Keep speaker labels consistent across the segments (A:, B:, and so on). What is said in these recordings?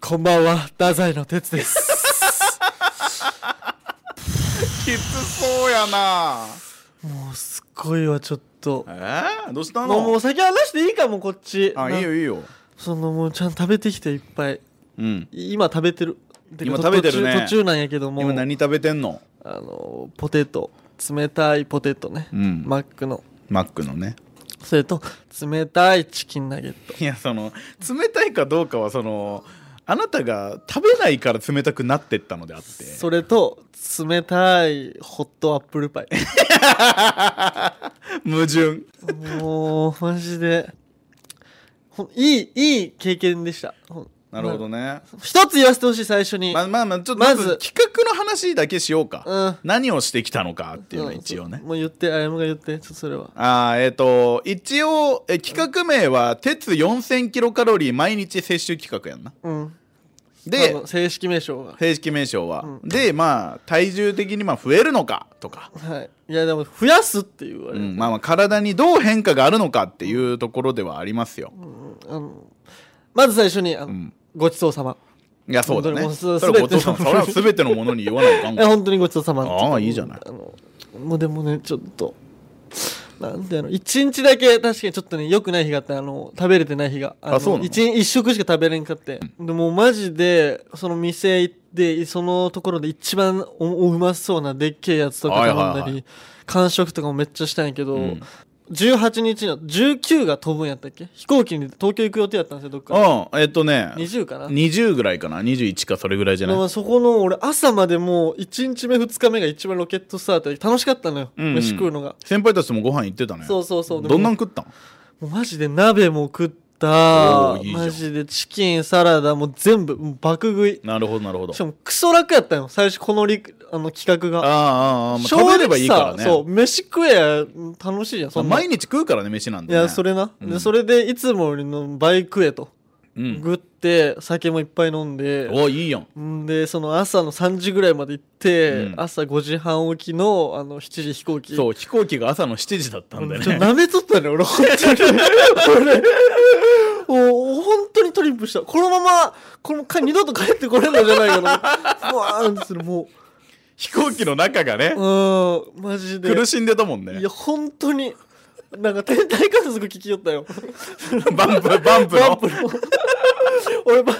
A: こんばんは、太宰の哲 です。
B: きつそうやな
A: もうすっごいわ、ちょっと。
B: えー、どうした
A: もうもう
B: の
A: 先話していいかも、こっち。
B: あ
A: ない
B: いよいいよ
A: そのもうちゃんと食べてきていっぱい。
B: うん
A: 今食べてる。てか
B: 今
A: と
B: 食べてるね
A: 途中。途中なんやけども、
B: 今何食べてんの
A: あのポテト、冷たいポテトね。
B: うん
A: マックの。
B: マックのね
A: それと、冷たいチキンナゲット。
B: いやその冷たいかどうかはそのあなたが食べないから冷たくなってったのであって
A: それと、冷たいホットアップルパ イ。
B: 矛盾
A: もう、マジで。ほんいい、いい経験でした。ほん
B: なるほどね
A: 一つ言わせてほしい最初に、
B: まあまあまあちょっと
A: ま
B: ま
A: ず
B: ず企画の話だけしようか、
A: うん
B: 何をしてきたのかっていうのを
A: ん
B: 一応ね、
A: もう言ってあやむが言ってちょっとそれは
B: ああえっ、と一応え企画名は「鉄4000キロカロリー毎日摂取企画」やんな
A: うん
B: で
A: 多分正式名称が
B: 正式名称は、でまあ体重的にまあ増えるのかとか、
A: はいいやでも増やすっていうあれ、
B: うんまあまあ体にどう変化があるのかっていうところではありますよ、
A: あのまず最初にあの、ごちそうさま
B: いやそうだ
A: 本当に
B: ね
A: もう
B: そ
A: す
B: れはごちそうさ
A: 全ての
B: まそれは全てのものに言わないかん
A: え 本当にごちそうさまって
B: ああいいじゃない
A: あのもうでもねちょっとなんであの一日だけ確かにちょっとね良くない日があってあの食べれてない日がの
B: あそうなの
A: 一日一食しか食べれんかって、でもうマジでその店行ってそのところで一番おおうまそうなでっけえやつとか頼んだり、
B: はいはいはい
A: 完食とかもめっちゃしたんやけど、
B: ん
A: 18日の19が飛ぶんやったっけ飛行機に東京行く予定やったんですよどっかに
B: うんえっとね
A: 20かな
B: 20ぐらいかな21かそれぐらいじゃない
A: まあそこの俺朝までもう1日目2日目が一番ロケットスタートで楽しかったのよ、
B: うんうん
A: 飯食うのが
B: 先輩たちともご飯行ってたね
A: そうそうそうでも
B: どんなん食ったん
A: もうマジで鍋も食っ
B: お
A: た
B: ーいいじゃん
A: マジでチキンサラダもう全部もう爆食い
B: なるほどなるほど
A: しかもクソ楽やったよ最初このりあの企画
B: ああ
A: が
B: ああああ、まあ、
A: 正直
B: 食
A: さ
B: べればいいからね
A: そう飯食えや楽しいじゃんそんな
B: 毎日食うからね飯なん
A: い
B: で、ね、
A: やそれな、でそれでいつもよりの倍食えと、
B: うん
A: 食って酒もいっぱい飲んで
B: おいいやん
A: んでその朝の3時ぐらいまで行って、
B: うん
A: 朝5時半起きのあの7時飛行機
B: そう飛行機が朝の7時だったんで
A: ちょっ
B: ね
A: と舐めとったね俺本当に俺もう本当にトリップしたこのままこのか二度と帰ってこれるのじゃないかなもうあんするも
B: 飛行機の中がね
A: ううんマジで
B: 苦しんでたもんね
A: いや本当になんか天体観測聞きよったよ
B: バンプバンプ
A: バン
B: の
A: プの俺バン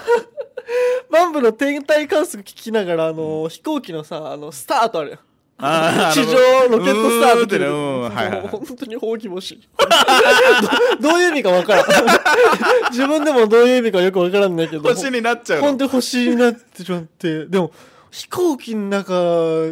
A: バンプの天体観測聞きながらあの飛行機のさあのスタートあるやん
B: あー
A: 地
B: あ
A: 上
B: の
A: ロケットスタートって
B: うーんってね
A: ね
B: うんはいはいはい
A: 本当にほうき星 ど どういう意味か分からん自分でもどういう意味かよく分からんないけど
B: 星になっちゃうの
A: 本当に星になってしまってでも飛行機の中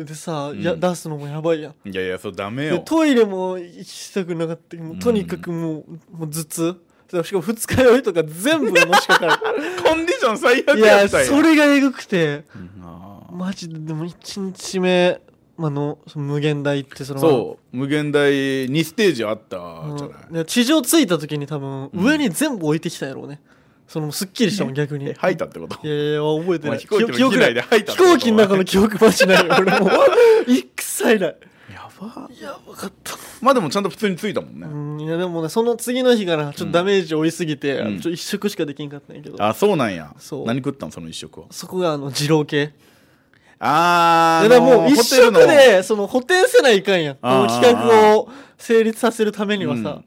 A: でさ、や出すのもやばいやん
B: いやいやそうダメ
A: で
B: よ
A: トイレも行きたくなかったもうとにかくもう,、もう頭痛しかも二日酔いとか全部のしかかる
B: コンディション最悪
A: い
B: や
A: や
B: ったんや
A: それがえぐくて
B: あ
A: マジででも1日目あのその無限大行ってそ
B: ー
A: の
B: そう無限大2ステージあったじゃない、
A: うんで地上着いた時に多分上に全部置いてきたんやろうね、そのすっきりしたもん逆に、
B: え吐いたってこと
A: いやいや覚えてない
B: お前飛行機の機内で吐い
A: 記
B: たってこ
A: 憶
B: と
A: ない飛行機の中の記憶マジ ない俺もう一切ない
B: やば
A: やばかった
B: まあでもちゃんと普通に着いたもんね、
A: うんいやでもねその次の日からちょっとダメージ負いすぎて、
B: うん
A: あのちょっと一食しかできんかったんやけど、
B: あそうなんや
A: そう
B: 何食ったんその一食は
A: そこがあの二郎系
B: あ
A: いや
B: ー
A: だからもう一食
B: ホテルの
A: でその補填せないかんやんこ
B: あ
A: の
B: ー
A: 企画を成立させるためにはさ、
B: うん
A: っ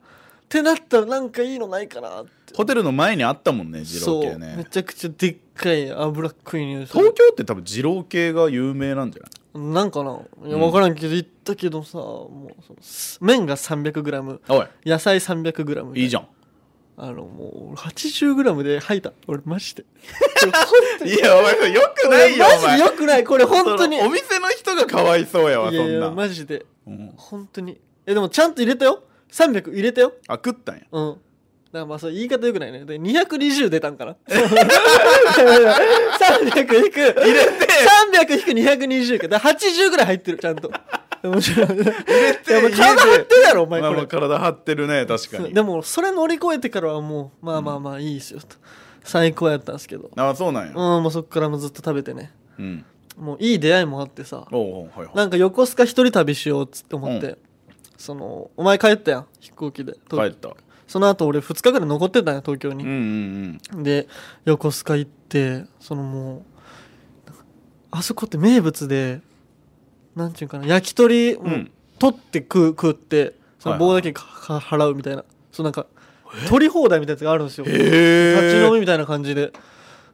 A: てなったらなんかいいのないかなって
B: ホテルの前にあったもんね二郎
A: そ
B: 系
A: うめ
B: ね
A: ちゃくちゃでっかい脂っこい匂いす
B: 東
A: る
B: 京って多分二郎系が有名なんじゃない
A: なんかないや分からんけど言ったけどさ、もうそのす麺が 300g
B: おい
A: 野菜 300g
B: いいじ
A: ゃん
B: ゃん
A: あのもう 80g で吐いた俺マジで
B: いやお前それよく
A: こ
B: な
A: れ
B: いよ
A: マ
B: お
A: ジで
B: 前
A: よくないこれ本当にい
B: そのお店の人がかわいそうやわそ
A: やい
B: ん
A: や
B: な
A: マジで
B: うん
A: 本当にえでもちゃんと入れたよ300入れたよ
B: あ食ったんや
A: うん。だからまあそれ言い方よくないね。で、220出たんか な ?300 引く。入れて !300 引く220か。だから80ぐらい入ってる、ちゃんと。もちろん。入れ
B: て
A: 体張ってるやろ、お前
B: まあ
A: こ
B: まあ
A: れ。
B: 体張ってるね確かに
A: でも、それ乗り越えてからはもう、まあまあまあいいですよ、と。最高やったんですけど。
B: あそうなん
A: うん、
B: や
A: もうそっからもずっと食べてね。
B: うん
A: もういい出会いもあってさ。
B: おうおうはいはい
A: なんか横須賀一人旅しようっつって思って。
B: う
A: その、お前帰ったやん、飛行機で。
B: 帰った
A: その後俺2日ぐらい残ってたんや東京
B: うんう
A: に、
B: んうん
A: で横須賀行ってそのもうなんかあそこって名物でなんていうかな焼き鳥、
B: う
A: もうん取って食う食ってその棒だけか、か払うみたいなそのなんか取り放題みたいなやつがあるんですよ立ち飲
B: へ
A: みみたいな感じで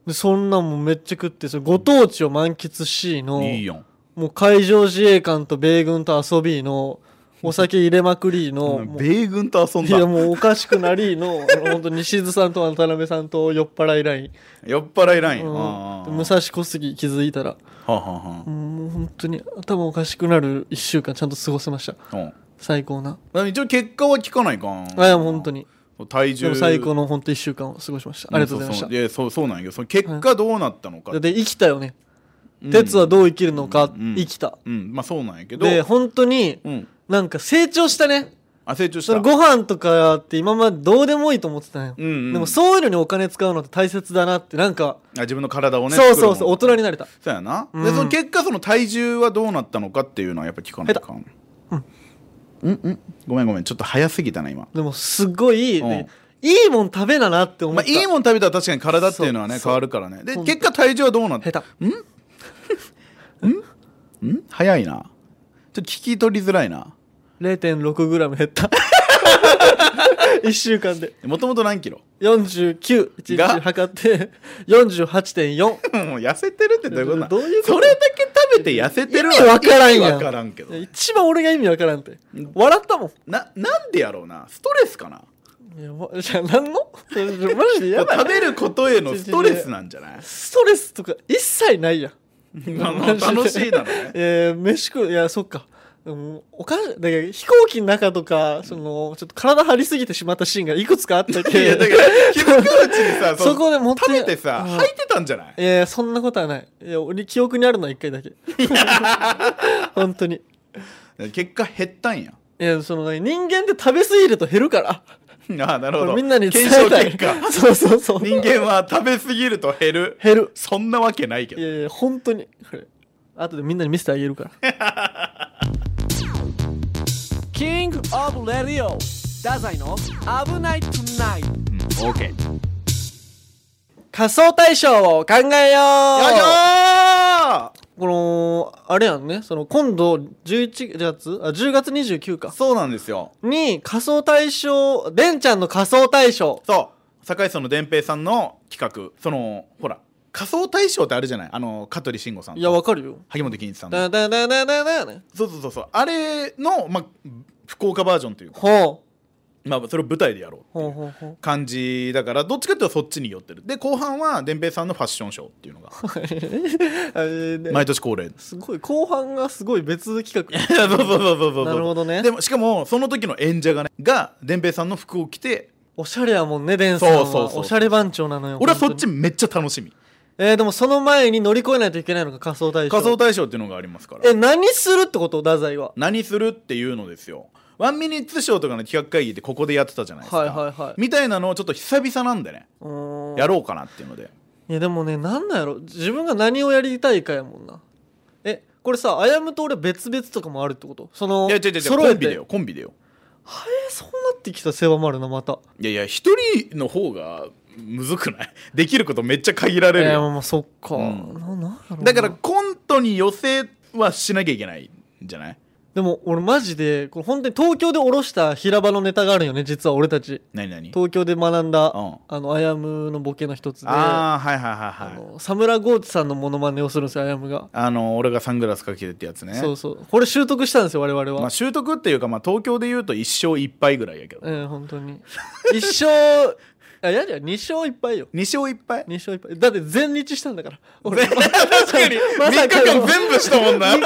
A: でそんなんもめっちゃ食ってそのご当地を満喫しの
B: えいいやん
A: もう海上自衛官と米軍と遊びのお酒入れまくりの、 もう
B: 米軍と遊ん
A: いや
B: だ
A: もうおかしくなりの あの本当西津さんと渡辺さんと酔っ払いライン、
B: 酔っ払いライン
A: うん
B: あー
A: 武蔵小杉気づいたら
B: はあは
A: もう本当に頭おかしくなる1週間ちゃんと過ごせました
B: あはあうん
A: 最高な
B: まあ一応結果は聞かないか
A: あいやもう本当に
B: 体
A: で
B: 重
A: も最高の本当1週間を過ごしましたありがとうございました
B: んそうそうやそうそうなんやけどその結果どうなったのか、
A: で生きたよね、
B: うん
A: 鉄はどう生きるのか、
B: うん
A: 生きた
B: うんまあそうなんやけど
A: で本当に
B: うん
A: なんか成長したね
B: あ成長し
A: そ
B: た
A: のご飯とかって今までどうでもいいと思ってたのよ、
B: うんうん
A: でもそういうのにお金使うのって大切だなってなんか、
B: あ自分の体をね
A: そうそうそう大
B: 作るもの
A: 人になれた
B: そうやな、
A: うん
B: でその結果その体重はどうなったのかっていうのはやっぱ聞かないかんうんうんごめんごめんちょっと早すぎたな今
A: でもすごい、
B: うん
A: でいいもん食べななって思っ
B: まあ、
A: た、
B: いいもん食べたら確かに体っていうのはね
A: そう
B: 変わるからねで
A: ほんと
B: 結果体重はどうなった
A: 下手
B: ん早いなちょっと聞き取りづらいな
A: 0.6g 減った 1週間で
B: もともと何キロ
A: 49一
B: が
A: 日測って48.4
B: もう痩せてるってどういうことな
A: どういうこと
B: それだけ食べて痩せてる
A: 意味わからんやん
B: 意味わからんけど
A: いや一番俺が意味わからんって笑ったもん
B: ななんでやろうなストレスかない
A: やまじゃあ何のマジでやばい
B: 食べることへのストレスなんじゃない
A: ストレスとか一切ないやん
B: まあまあ楽しいだろうね
A: えー、飯食ういやそっかうんおかしだけど飛行機の中とかそのちょっと体張りすぎてしまったシーンがいくつかあった
B: い
A: け
B: やだから気づくうちにさ
A: そこで持って
B: 食べてさ
A: うん
B: 吐いてたんじゃない
A: いやそんなことはないいや俺記憶にあるのは一回だ け本当に
B: 結果減ったん
A: い
B: や
A: やその何人間って食べ過ぎると減るから
B: ああなる
A: こ
B: ほ
A: れ
B: ど
A: みんなに伝
B: 検
A: え
B: 証
A: たい
B: 結果
A: そうそうそう
B: 人間は食べ過ぎると減る
A: 減る
B: そんなわけないけ
A: い
B: ど
A: やいや本当にこれ後でみんなに見せてあげるから
C: キングオブレディオ太宰の危ないトゥナイト
B: オーケーよいし
A: 仮想対象を考えよう
B: ょ
A: このあれやんねその今度11月あ10月29
B: ー
A: か
B: そうなんですよ
A: に仮想対象でんちゃんの仮想対象
B: そう堺井さんの伝平さんの企画そのほら仮想大賞ってあるじゃないあの香取慎吾さん
A: いや
B: と
A: わかるよ
B: 萩本欽一さんの
A: だだだだだだね
B: そうそうそうそうあれの、まあ、福岡バージョンというか、
A: ほ
B: まあ、それを舞台でやろう
A: うほうほうほう
B: 感じだからどっちかっていうとそっちに寄ってるで後半は伝平さんのファッションショーっていうのが
A: あれね
B: 毎年恒例
A: すごい後半がすごい別企画
B: そうそうそうそうそう
A: なるほどね
B: でもしかもその時の演者がねが伝平さんの服を着て
A: おしゃれやもんねでんさんは
B: そうそうそう
A: おしゃれ番長なのよ
B: 俺はそっち
A: 本
B: めっちゃ楽しみ
A: 当にえー、でもその前に乗り越えないといけないのが仮想対象
B: 仮想大賞っていうのがありますから
A: え何するってこと太宰は
B: 何するっていうのですよワンミニッツショーとかの企画会議でここでやってたじゃないですか、
A: はいはいはい
B: みたいなのをちょっと久々なんでね
A: うーん
B: やろうかなっていうので
A: いやでもねなんなんやろ自分が何をやりたいかやもんなえこれさあやむと俺別々とかもあるってことその
B: いや違う違う違う
A: 揃
B: コ
A: え
B: ンビで
A: て
B: よコンビでよ
A: はえそうなってきた世話もあるなまた
B: いやいや一人の方がむずくない できることめっちゃ限ら
A: え
B: れるよ
A: ー、まあそっか、
B: うん
A: ななんやろな
B: だからコントに寄せはしなきゃいけないんじゃない
A: でも俺マジでこれ本当に東京で下ろした平場のネタがあるよね実は俺たち
B: 何何
A: 東京で学んだ、
B: うん
A: あのあやむのボケの一つで
B: ああはいはいはい
A: あ
B: はい
A: のサムラゴーチさんのモノマネをするんですよあやむが、
B: あの俺がサングラスかけてってやつね
A: そうそうこれ習得したんですよ我々は、
B: まあ習得っていうかまあ東京で言うと一生一杯ぐらいやけど
A: うん本当に一生あいやじゃ2勝1敗よ
B: 二勝一杯
A: 2勝1敗だって全日したんだから俺
B: 確かに
A: ま
B: 3
A: さ
B: 日
A: かの
B: 間全部したもんな3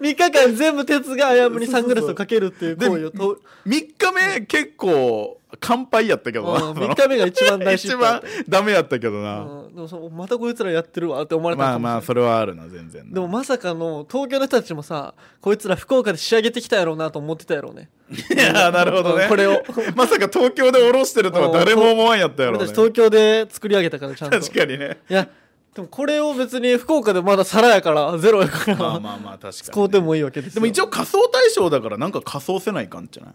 A: 3日間全部鉄があやむにサングラスをかけるっていう行為をと
B: 日目結構乾杯やったけどな
A: うん3日目が一番大失
B: 一
A: 敗
B: 番ダメやったけど
A: う
B: なん
A: でもそのまたこいつらやってるわって思われた
B: ま
A: の
B: あ
A: かもしれない
B: まあそれはあるな全然な
A: でもまさかの東京の人たちもさこいつら福岡で仕上げてきたやろうなと思ってたやろうね
B: いやーなるほどね
A: うんこれを
B: まさか東京で下ろしてるとは誰も思わんやったやろ、
A: 俺
B: ね
A: たち、東京で作り上げたからちゃんと
B: 確かにね
A: いやでもこれを別に福岡でまだ皿やからゼロやから、
B: まあまあまあ確かにね、
A: 使うてもいいわけですよ
B: でも一応仮想対象だからなんか仮装せないかんじゃない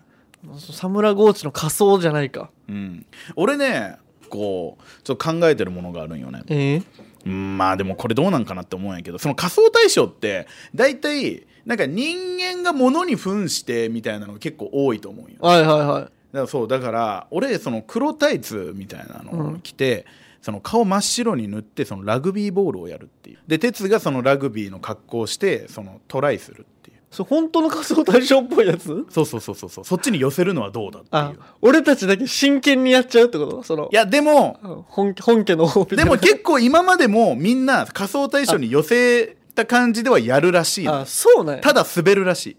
A: サムラゴーチの仮装じゃないか
B: うん、俺ねこうちょっと考えてるものがあるんよね
A: ええ
B: うんまあでもこれどうなんかなって思うんやけどその仮想対象って大体なんか人間が物に扮してみたいなのが結構多いと思うんよだか
A: はいはいはい
B: らそうだから俺その黒タイツみたいなのを着て、その顔真っ白に塗ってそのラグビーボールをやるっていうで哲がそのラグビーの格好をしてそのトライするっていう
A: それ本当の仮想対象っぽいやつ
B: そうそうそうそうそうそっちに寄せるのはどうだって
A: あ
B: いう
A: 俺たちだけ真剣にやっちゃうってことその
B: いやでも
A: うん本本家の方みた
B: で
A: いな
B: も結構今までもみんな仮想対象に寄せた感じではやるらしいの
A: あそうなんや
B: ただ滑るらしい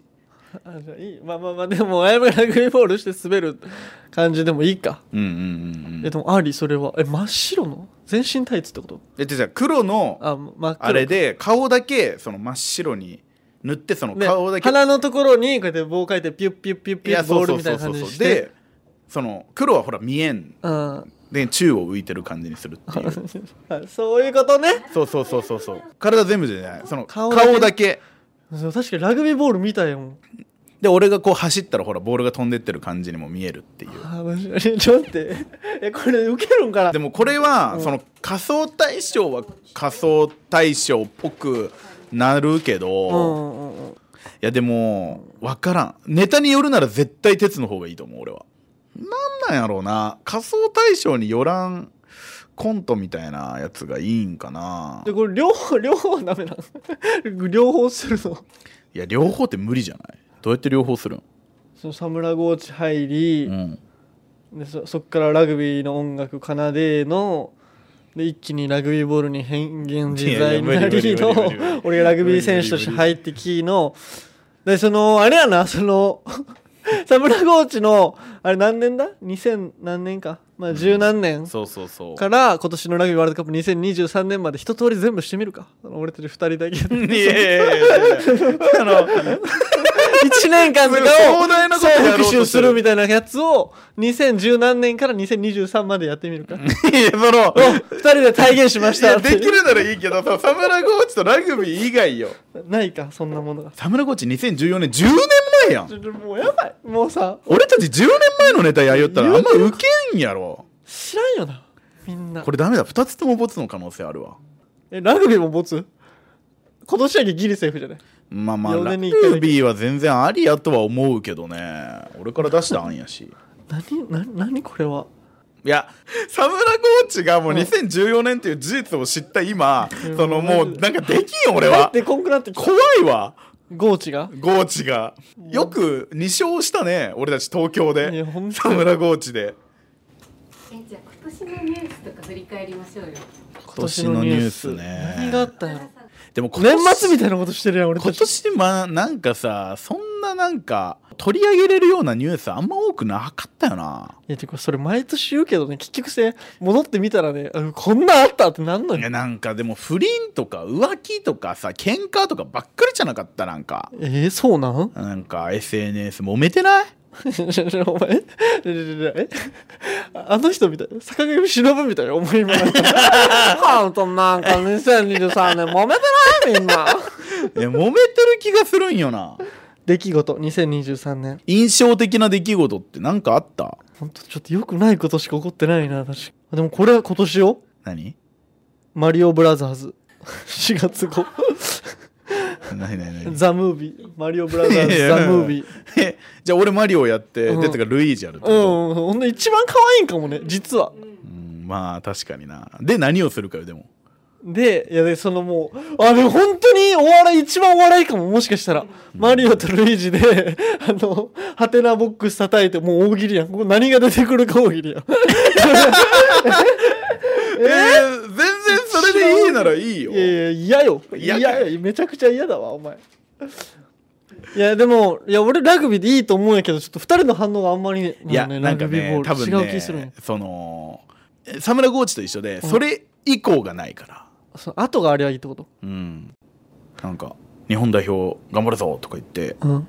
A: あじゃあいいまあまあまあでもあやめラグビーボールして滑る感じでもいいか、
B: うんうん
A: えでもありそれはえ真っ白の全身タイツってこと
B: でじゃあ黒の
A: あ真っ黒
B: あれで顔だけその真っ白に塗ってその
A: ね
B: 顔だけ、
A: 鼻のところにこうやって棒書いてピュッピュッピュッ
B: い
A: ピュ
B: や
A: ッボ
B: そ
A: ール
B: うそう
A: みたい
B: そう
A: な
B: そ
A: 感
B: う
A: じ
B: そ
A: に
B: う
A: して
B: でその黒はほら見えん
A: うん
B: で宙を浮いてる感じにするっていう
A: そういうことね
B: そうそうそうそうそう体全部じゃないその
A: 顔
B: 顔
A: だ
B: だ
A: け
B: け
A: そう確かにラグビーボールみたいやもん
B: で俺がこう走ったらほらボールが飛んでってる感じにも見えるっていう
A: あマジ ちょっと待ってえこれウケるんかな
B: でもこれはその仮想対象は仮想対象っぽくなるけ
A: う
B: ど、い
A: んうんうん
B: やでも分からんネタによるなら絶対鉄の方がいいと思う俺はなんなんやろうな仮想対象によらんコントみたいなやつがいいんかな
A: でこれ両方両方はダメなの 両方するの
B: いや両方って無理じゃないどうやって両方するん、
A: そのサムラゴーチ入り、
B: うん、
A: でそそっからラグビーの音楽奏でので一気にラグビーボールに変幻自在に
B: い
A: な
B: やいや無理
A: りの
B: 無理無理無理
A: 俺がラグビー選手として入ってきのでそのあれやなその サムラゴーチのあれ何年だ2000何年かまあ十何年
B: そうそうそう
A: から今年のラグビーワールドカップ2023年まで一通り全部してみるかその俺たち2人 だけ
B: いや
A: で
B: いやいやいやあ の
A: 1年間とかを
B: 壮大なことやろう
A: 復
B: としてる
A: 習するみたいなやつを2010何年から2023までやってみるか
B: いやその
A: 2人で体現しまし
B: いや
A: たって
B: できるならいいけどさサムラゴーチとラグビー以外よ
A: ないかそんなものが
B: サムラコーチ2014年10年前や
A: ち
B: ん
A: ょっともうやばいもうさ
B: 俺たち10年前のネタやりよったらあんまウケんやろ
A: 知らんよなみんな
B: これダメだ2つともボツの可能性あるわ
A: えラグビーもボツ今年はギリセーフじゃない
B: まあまあ
A: 四
B: ラ
A: 年に一回だけ
B: グビーは全然ありやとは思うけどね俺から出した案やし
A: 何何何これはい
B: やサムラコーチがもう2014年っていう事実を知った今
A: ん
B: そのもうなんかできん俺
A: だっ
B: は
A: てこんくなってきた
B: 怖いわ
A: ゴーチが
B: ゴーチがよく2勝したね俺たち東京
A: い
B: で
A: やほんと
B: サムラゴーチで
D: えじゃあ今年のニュースとか振り返りましょうよ。
A: 今
B: 今年のニュースね
A: 何があったんやろ
B: でも今
A: 年
B: 年
A: 末みたいなことしてるやん俺た
B: 今
A: ち
B: 年まなんかさそんななんか取り上げれるようなニュースあんま多くなかったよない
A: やてかそれ毎年言うけどね結局せ戻ってみたらねあこんなんあったってなんの
B: い
A: に
B: やなんかでも不倫とか浮気とかさ喧嘩とかばっかりじゃなかったなんか
A: えー、そうなん
B: なんか SNS 揉めてない
A: お前えあの人みたい坂上忍みたいな思いもなんかほんとなんか2023年揉めてないみんな
B: いや揉めてる気がするんよな
A: 出来事2023年
B: 印象的な出来事ってなんかあった
A: ほんとちょっと良くないことしか起こってないな私でもこれは今年よ
B: 何
A: マリオブラザーズ4月後
B: 何何何
A: ザ・ムービーマリオブラザー
B: い
A: ズ
B: やいや
A: ザ・ムービー
B: えじゃあ俺マリオやって、
A: うん
B: でてかルイージやるって
A: う
B: こ
A: んうんほんで一番可愛いんかもね実は
B: と、うん、まあ確かになで何をするかよでも
A: で、いやで、そのもう、あれ本当にお笑い、一番お笑いかも、もしかしたら。マリオとルイージで、 あの、ハテナボックス叩いて、もう大喜利やん。ここ何が出てくるか大喜利やん。
B: えー、全然それでいいならいいよ
A: いやいや、嫌よ。
B: 嫌
A: 嫌
B: か
A: よ。めちゃくちゃ嫌だわ、お前。いや、でも、いや、俺ラグビーでいいと思うんやけど、ちょっと二人の反応があんまりね、
B: いや、
A: の
B: なんかね、多分ね、
A: 違う気するね。
B: その、えサムラゴーチと一緒で、それ以降がないから、
A: その後があれはいいってこと
B: うん。なんか、日本代表頑張るぞとか言って、
A: うん。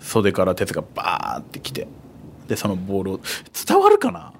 B: 袖から鉄がバーって来て、で、そのボールを、伝わるかな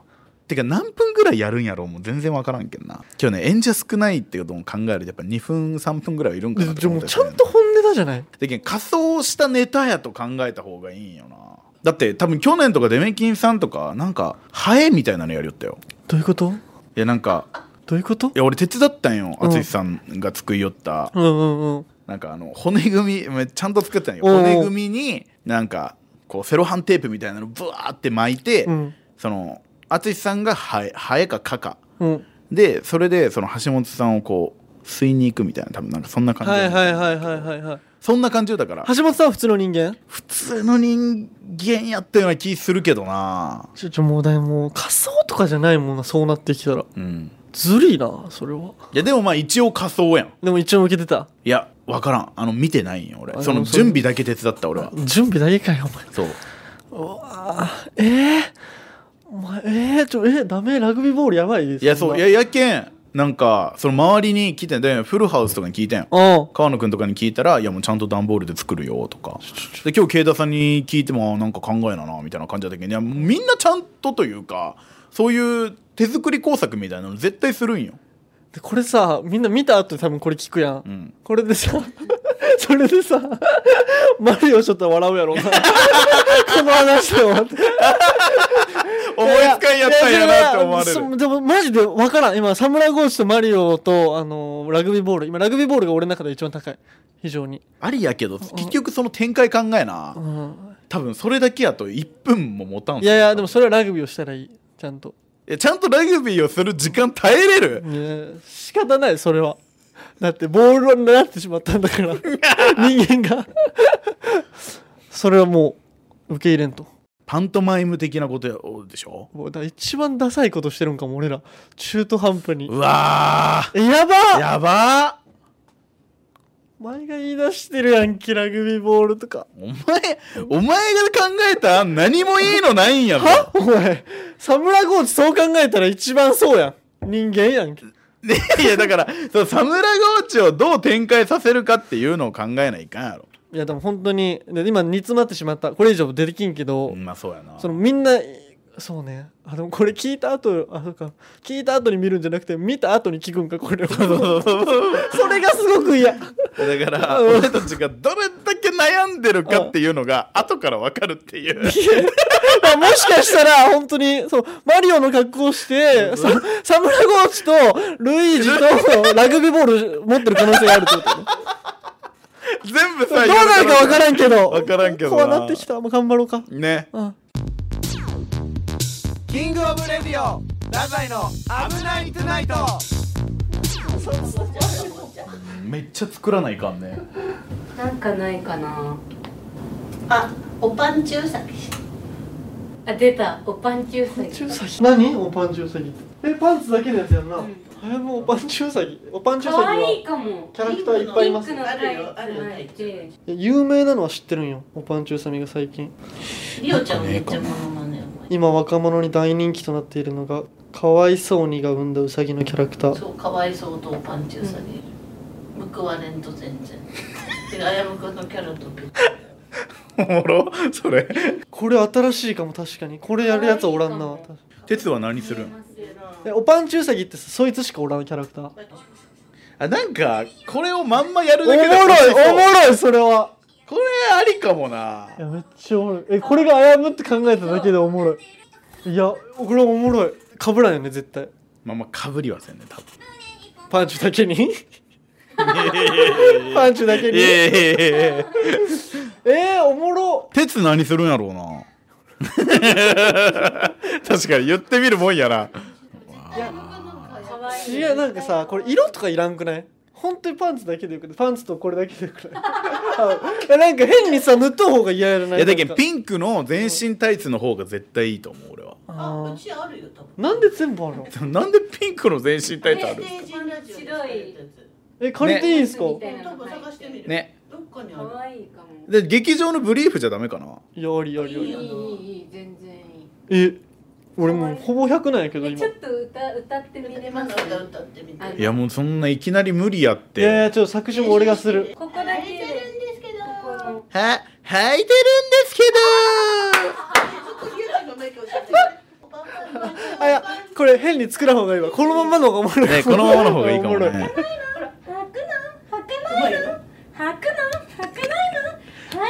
B: てか何分ぐらいやるんやろうもう全然わからんけどな今日ね演者少ないってことも考えるとやっぱ2分3分ぐらいはいるんか
A: で
B: なと
A: じゃあ
B: 思
A: も
B: っ
A: う
B: て
A: ちゃんと本音だじゃない。
B: でけん仮装したネタやと考えた方がいいんよなだって多分去年とかデメキンさんとかなんかハエみたいなのやりよったよ
A: どういうこと
B: いやなんか
A: どういうこと
B: いや俺手伝ったんよ
A: うん
B: 淳さんが作りよった、
A: うんうんうん
B: なんかあの骨組みめちゃんと作ったんよ
A: おうおう
B: 骨組みになんかこうセロハンテープみたいなのブワーって巻いて、
A: うん
B: その淳さんがハエハエか蚊か
A: うん
B: でそれでその橋本さんをこう吸いに行くみたいな多分なんかそんな感じ、
A: はいはいはいはいはいはい
B: そんな感じだから
A: 橋本さんは普通の人間
B: 普通の人間やったような気するけどな
A: ちょちょもうだいもう仮想とかじゃないもんなそうなってきたら
B: うん
A: ずるいなそれはい
B: やでもまあ一応仮想やん
A: でも一応受けてた
B: いや分からんあの見てないんよ俺
A: あ
B: その
A: でもそれ
B: 準備だけ手伝った俺は
A: 準備だけかよお前
B: そう
A: えー、お前えー、ちょえー、ダメラグビーボールやばいです
B: いやそういや
A: や
B: やけんなんかその周りに聞いてんでフルハウスとかに聞いてん
A: うん
B: 川野くんとかに聞いたら「いやもうちゃんと段ボールで作るよ」とかで今日慶田さんに聞いてもあなんか考えななみたいな感じだったけどいやもうみんなちゃんとというかそういう手作り工作みたいなの絶対するんよ
A: でこれさみんな見た後で多分これ聞くやん、
B: ん
A: これでさそれでさマリオちょっと笑うやろう なこの話で終わって
B: 思いつかんやったんやなって思われ
A: いやいやいやそ
B: る
A: うでもマジで分からん今サムラゴーチとマリオと、あのーラグビーボール今ラグビーボールが俺の中で一番高い非常に、
B: ありやけど結局その展開考えな
A: うん、
B: 多分それだけやと1分も持たん
A: いやいやでもそれはラグビーをしたらいいちゃんと
B: いやちゃんとラグビーをする時間耐えれる
A: いや仕方ないそれはだってボールになってしまったんだから 人間がそれはもう受け入れんと
B: パントマイム的なことでしょ
A: もうだから一番ダサいことしてるんかも俺ら中途半端に
B: うわ
A: えやば
B: ー やばー
A: お前が言い出してるやんけラグビーボールとか
B: お前お前が考えた案何もいいのないんやろ
A: はお前サムラゴーチそう考えたら一番そうやん人間やんけ
B: ね いやだからそのサムラゴーチをどう展開させるかっていうのを考えないかんやろ
A: いやでも本当にで今煮詰まってしまったこれ以上出てきんけど、
B: まあそうやな
A: そのみんなそうねあのこれ聞いた後あそうか聞いた後に見るんじゃなくて見た後に聞くんかこれ はそれがすごく嫌
B: だか ら俺たちがどれだけ悩んでるかっていうのが後から分かるっていう
A: だからもしかしたら、本当に、そう、マリオの格好をして、さサムラゴーチと、ルイージと、ラグビーボール持ってる可能性があるってことね。
B: 全部
A: どう
B: さ
A: なるか分からんけど。
B: 分からんけど
A: こうなってきた。もう頑張ろうか。
B: ね
A: うん。
C: キングオブレディオ太宰の危ないトゥナイト
B: めっちゃ作らないかんね
D: なんかないかな
E: あ、おぱんちゅうさき。
D: あ出たおパンチウサギ
A: 中詐欺何おパンチウサギって。え、パンツだけのやつやんな。あれもおパンチウサギ。おパンチウサギ
D: 可愛い
A: は、
D: かも
A: キャラクターいっぱいいます
D: ピン
A: ね
D: クのタイプ
E: あるよあるよ
D: ないて
A: 有名なのは知ってるんよ。おパンチウサギが最近。
E: りおちゃんめっちゃモノマネうまい。
A: 今若者に大人気となっているのが、かわいそうにが生んだウサギのキャラクター。
E: そう、かわいそうとおぱんちゅうさき。報われんと全然。で、あやむくんのキャラとぴったり
B: おもろそれ
A: これ新しいかも確かに。これやるやつはおらんな。
D: 可愛いかも
B: 鉄は何するん
A: えおパンチウサギってさそいつしかおらんキャラクターおも
B: あなんかこれをまんまやるだ
A: ろ
B: け
A: い
B: で
A: おもろいそれは
B: これありかもない
A: やめっちゃおもろいえこれが危ぶって考えただけでおもろいいやこれはおもろいかぶらんよね絶対
B: まあまあかぶりはせんね多分
A: パンチだけにパンチだけにえ
B: ええ
A: ー、おもろ
B: 鉄何するんやろうな 確かに言ってみるもんやな
D: 可愛い
A: いやなんかさこれ色とかいらんくない本当にパンツだけでよくないパンツとこれだけでよくない あいやなんか変にさ塗った方が嫌やらない
B: いやだけど
A: ン
B: ピンクの全身タイツの方が絶対いいと思う俺は
E: あ、うちあるよ、多分。
A: なんで全部あるの
B: なんでピンクの全身タイツある
E: 成人ラジオで使えたやつ
A: え借りていいんすか、
D: ね
E: 多分探してみる。
B: ね。
E: どっかにあ
D: 可
E: る。
D: 愛いかも
B: で劇場のブリーフじゃダメかない
A: やありありあ
D: いいい
A: り
D: いいい全然いい
A: え俺もうほぼ100なんやけど
D: えち
A: 今
D: ょっと歌歌ってみれ
E: ま
D: ま
E: ず
D: す
E: は歌ってみて。
B: いやもうそんないきなり無理やっ
A: いやい
B: て
A: やちょっと作詞も俺がする
D: ここだけで
E: ですけど。
D: この
B: は履いてるんですけ
A: あいやこれ変に作らん方がいいわこのまんまの方がおもろい、
B: ねこのままの方がいいかも
A: おろい
B: ね
D: ほら履くの履けないの履くの履けないの履いてる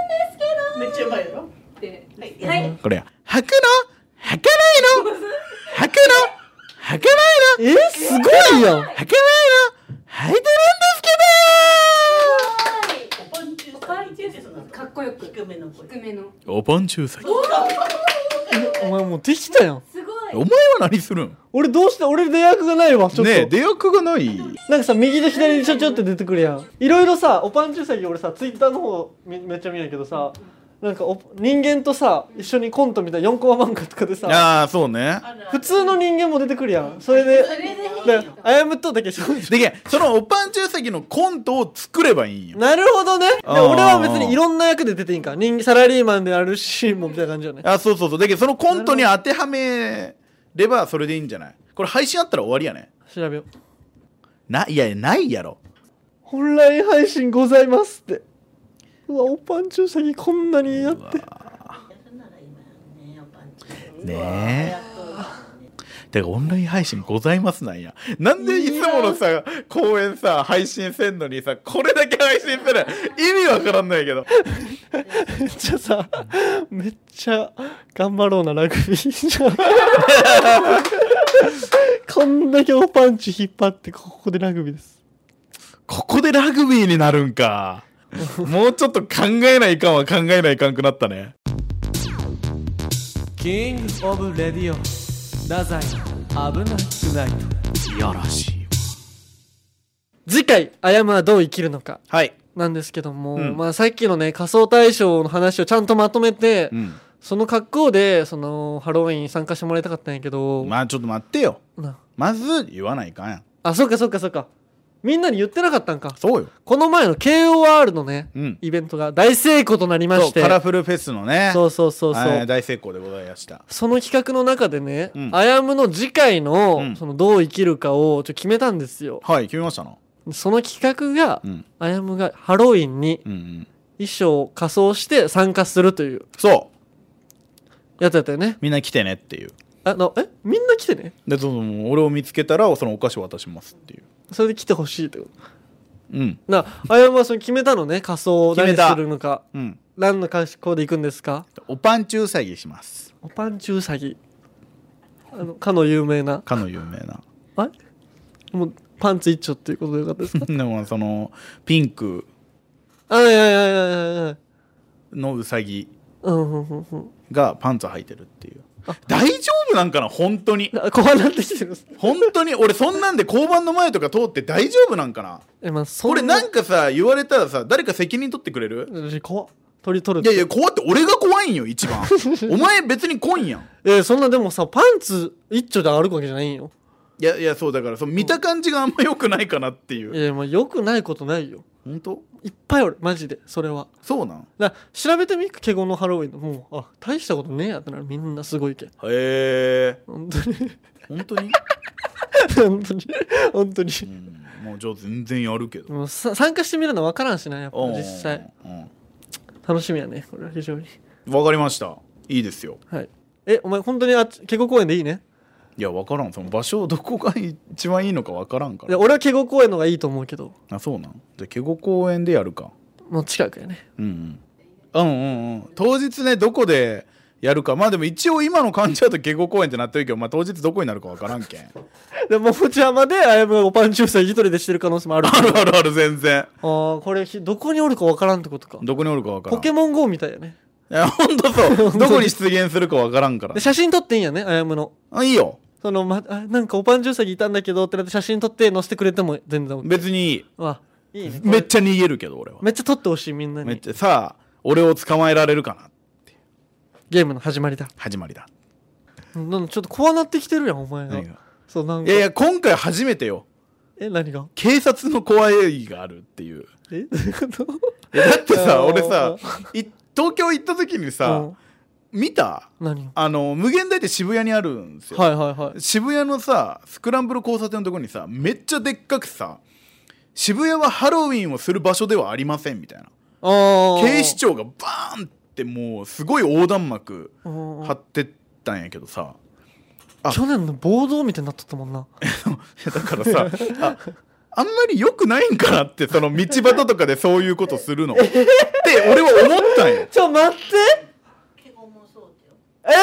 D: んですけど
E: めっちゃうまいよ。
D: って
E: 低めの声
D: 低めの
B: おぱんちゅうさい
A: お前もうできたやん
D: すごい
B: お前は何するん
A: 俺どうして俺出役がないわちょっと、
B: ねえ出役がない
A: なんかさ右と左にちょちょって出てくるやんいろいろさおぱんちゅうさぎ俺さツイッターの方めめっちゃ見るけどさなんかお人間とさ一緒にコントみたいな4コマ漫画とかでさ
B: ああそうね
E: あるある
A: 普通の人間も出てくるやんそれで
E: それでいい
A: だ
E: よ
A: からあやむとだけ ど
B: でけんそのおぱんちゅうさぎのコントを作ればいいんよ
A: なるほどねで
B: あー
A: 俺は別にいろんな役で出ていいんか人サラリーマンであるしもうみたいな感じよね
B: あそうそうそうだけどそのコントに当てはめればそれでいいんじゃないこれ配信あったら終わりやね
A: 調べよう
B: ないやないやろ
A: オンライン配信ございますってうわおぱんちゅうさぎこんなにやって
E: やるなら今やねおパンチ
B: ねえ
E: うわーやっとだね
B: だからオンライン配信ございますなんやなんでいつものさ公演さ配信せんのにさこれだけ配信する意味わからんないけど
A: めっちゃさめっちゃ頑張ろうなラグビーじゃんこんだけおパンチ引っ張ってここでラグビーです
B: ここでラグビーになるんかもうちょっと考えないかんは考えないかんくなったね
C: キングオブレディオダザイの危なくない
B: いやらしい
A: 次回あやむはどう生きるのか
B: はい、
A: なんですけども、
B: うん
A: まあさっきのね仮装大賞の話をちゃんとまとめて、
B: うん、
A: その格好でそのハロウィンに参加してもらいたかったんやけど、
B: まあちょっと待ってよ
A: な
B: まず言わないかんやん
A: あそうかそうかそうかみんなに言ってなかったんか
B: そうよ
A: この前の KOR のね、
B: うん
A: イベントが大成功となりま
B: そう
A: して
B: カラフルフェスのね
A: そうそうそうそう、
B: はい大成功でございました
A: その企画の中でね、
B: うん
A: あやむの次回の、
B: うん
A: そのどう生きるかをちょっと決めたんですよ
B: はい決めましたな
A: その企画が、
B: うん
A: あやむがハロウィンに
B: うんうん
A: 衣装を仮装して参加するという
B: そう
A: やつだったよね
B: みんな来てねっていう
A: あのえみんな来てね
B: でそうそうもう俺を見つけたらそのお菓子を渡しますっていう
A: それで来てほしいってこと
B: うん
A: なあやむはその決めたのね仮装を
B: 決
A: 何
B: めた
A: するのか
B: うん
A: 何の格好で行くんですか
B: おパンチウサギします
A: おパンチウサギあのかの有名な
B: かの有名 な
A: あれもうパンツ一丁っていうことでよかったですか
B: でもそのピンク
A: あいやいやいやいやいや
B: のウサギ
A: うんうんうんうん
B: がパンツ履いてるっていう大丈夫なんかな本当に
A: な怖なってきてる
B: 本当に俺そんなんで交番の前とか通って大丈夫なんかな
A: えまあそ
B: 俺なんかさ言われたらさ誰か責任取ってくれる
A: え怖っ取り取
B: い
A: る
B: やいや怖って俺が怖いんよ一 番お前別に来んやん
A: えそんなでもさパンツ一丁で歩くわけじゃないんよ
B: いやいやそうだからその見た感じがあんま良くないかなっていう、
A: いやまあよくないことないよ
B: 本当
A: いっぱいおるマジでそれは
B: そうなん
A: な調べてみケゴのハロウィンのもうあ大したことねえやってなるみんなすごいけん
B: へえ
A: 本当に
B: 本当に、
A: 本当に本当に
B: うん、もうじゃあ全然やるけど
A: もうさ参加してみるの分からんしなやっぱ
B: う ん
A: 実際
B: うん
A: 楽しみやねこれは非常に
B: わかりましたいいですよ
A: はいえお前本当にあっちケゴ公園でいいね
B: いやわからんその場所どこが一番いいのかわからんか
A: いや
B: ら
A: 俺はケゴ公園の方がいいと思うけど
B: あそうなんじゃあケゴ公園でやるか
A: もう近くやね
B: うんうんうんうんうん当日ねどこでやるかまあでも一応今の感じだとケゴ公園ってなってるけど、まあ、当日どこになるかわからんけん
A: でもうちゃまであやむがおパンチューさん一人でしてる可能性もあるけ
B: あ
A: ど
B: るあるある全然
A: ああこれひどこにおるかわからんってことか
B: どこにおるかわからん
A: ポケモン GO みたいやね
B: いやほんとそうどこに出現するかわからんから
A: で写真撮っていいんやねあやむの
B: あいいよ
A: その、ま、あなんかおぱんじゅうさぎいたんだけどってなって写真撮って載せてくれても全然 OK
B: 別にいい
A: わいいね
B: めっちゃ逃げるけど俺は
A: めっちゃ撮ってほしいみんな
B: めっ
A: に
B: ちゃさあ俺を捕まえられるかな
A: ゲームの始まりだ
B: 始まりだ
A: うんなんかちょっと怖なってきてるやんお前が
B: 何が
A: そうなん
B: い
A: か
B: やいや今回初めてよ
A: え何が
B: 警察の怖いがあるっていう
A: えどういうこと
B: いやだってさ
A: あー
B: 俺さい東京行った時にさ、見た
A: うん何を
B: あの無限大って渋谷にあるんですよ、
A: はいはいはい
B: 渋谷のさスクランブル交差点のとこにさめっちゃでっかくさ渋谷はハロウィンをする場所ではありませんみたいな
A: あー
B: 警視庁がバーンってもうすごい横断幕
A: うんうん
B: 張ってったんやけどさ あ
A: 去年の暴動みたいになっとったもんな
B: いやだからさああんまり良くないんかなってその道端とかでそういうことするのって俺は思ったんよ
A: ちょ待って
E: 結構もそうだよ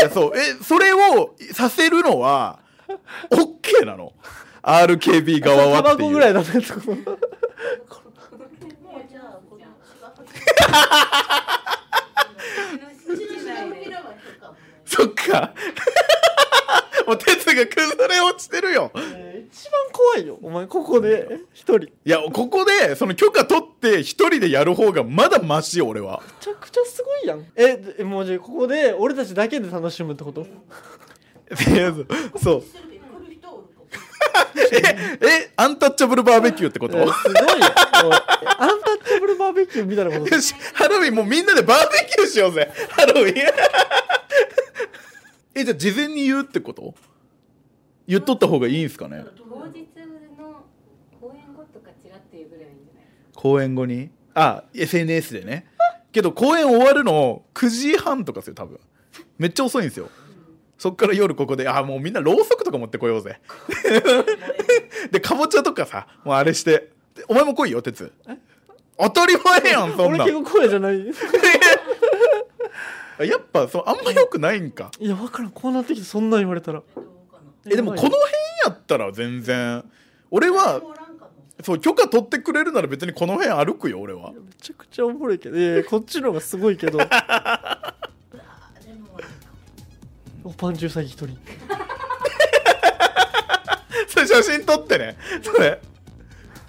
B: いやそうえそれをさせるのは OK なの RKB 側
A: タ
B: はっ
A: バ
B: てい
A: コ
B: う
A: ぐらいだねってこと
E: もうじゃあこの血が
B: そっか もう哲が崩れ落ちてるよ
A: えー 一番怖いよお前ここで一人め
B: いやここでその許可取って一人でやる方がまだマシよ俺は
A: ちゃくちゃすごいやんええもうじゃあここで俺たちだけで楽しむってこと
B: いやそうそう
E: する来る人おるかも
B: ええアンタッチャブルバーベキューってこ
A: え
B: と
A: ーすごいよもうえアンタッチャブルバーベキューみたいなこと
B: よしハロウィンもうみんなでバーベキューしようぜハロウィン えじゃあ事前に言うってこと言っとった方がいいんすかね
D: 当日の公演後とかちらっと言うぐらいがいいんじゃない
B: 公演後にあ SNS でねけど公演終わるの9時半とかですよ多分めっちゃ遅いんですよそっから夜ここであもうみんなろうそくとか持ってこようぜでかぼちゃとかさもうあれしてでお前も来いよ鉄当たり前やん そん
A: 俺
B: なん
A: 結構怖いじゃない
B: やっぱそうあんま良くないんか
A: いや分からんこうなってきてそんなん言われたら
E: どうかな
B: えでもこの辺やったら全然俺は
E: おらんかも
B: そう許可取ってくれるなら別にこの辺歩くよ俺は
A: めちゃくちゃおもろいけどいやいやこっちの方がすごいけど
E: あでも
A: おパンチュ詐欺一人
B: それ写真撮ってねそれ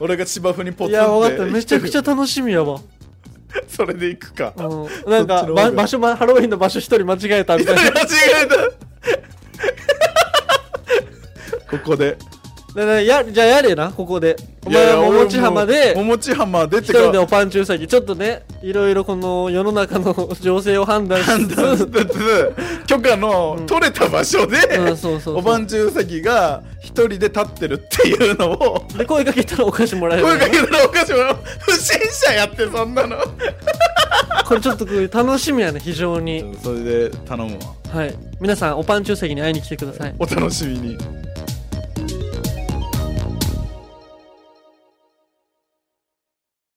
B: 俺が芝生にポツン
A: いや分かっためちゃくちゃ
B: ゃ
A: 楽しみやわ、
B: それで行くか
A: うん、なん
B: そっち
A: か
B: の方が
A: ば場所まハロウィンの場所一人間違えたみたい
B: 間
A: な
B: 違えたここで
A: だからやじゃあやれ なここでお前は桃地浜で
B: おもち浜でっ
A: 一
B: て
A: 人で
B: か
A: おパンチウサギちょっとねいろいろこの世の中の 情勢を判断し
B: 判
A: つ
B: 断し
A: つ
B: つつ許可の取れた場所で、
A: うんそうそうそう
B: おばんじゅうさぎが一人で立ってるっていうのを
A: で声かけたらお菓子もらえる
B: 声かけたらおかしいもの不審者やってそんなの
A: これちょっとこう楽しみやね非常に
B: それで頼むわ
A: はい皆さんおパンチウサギに会いに来てください
B: お楽しみに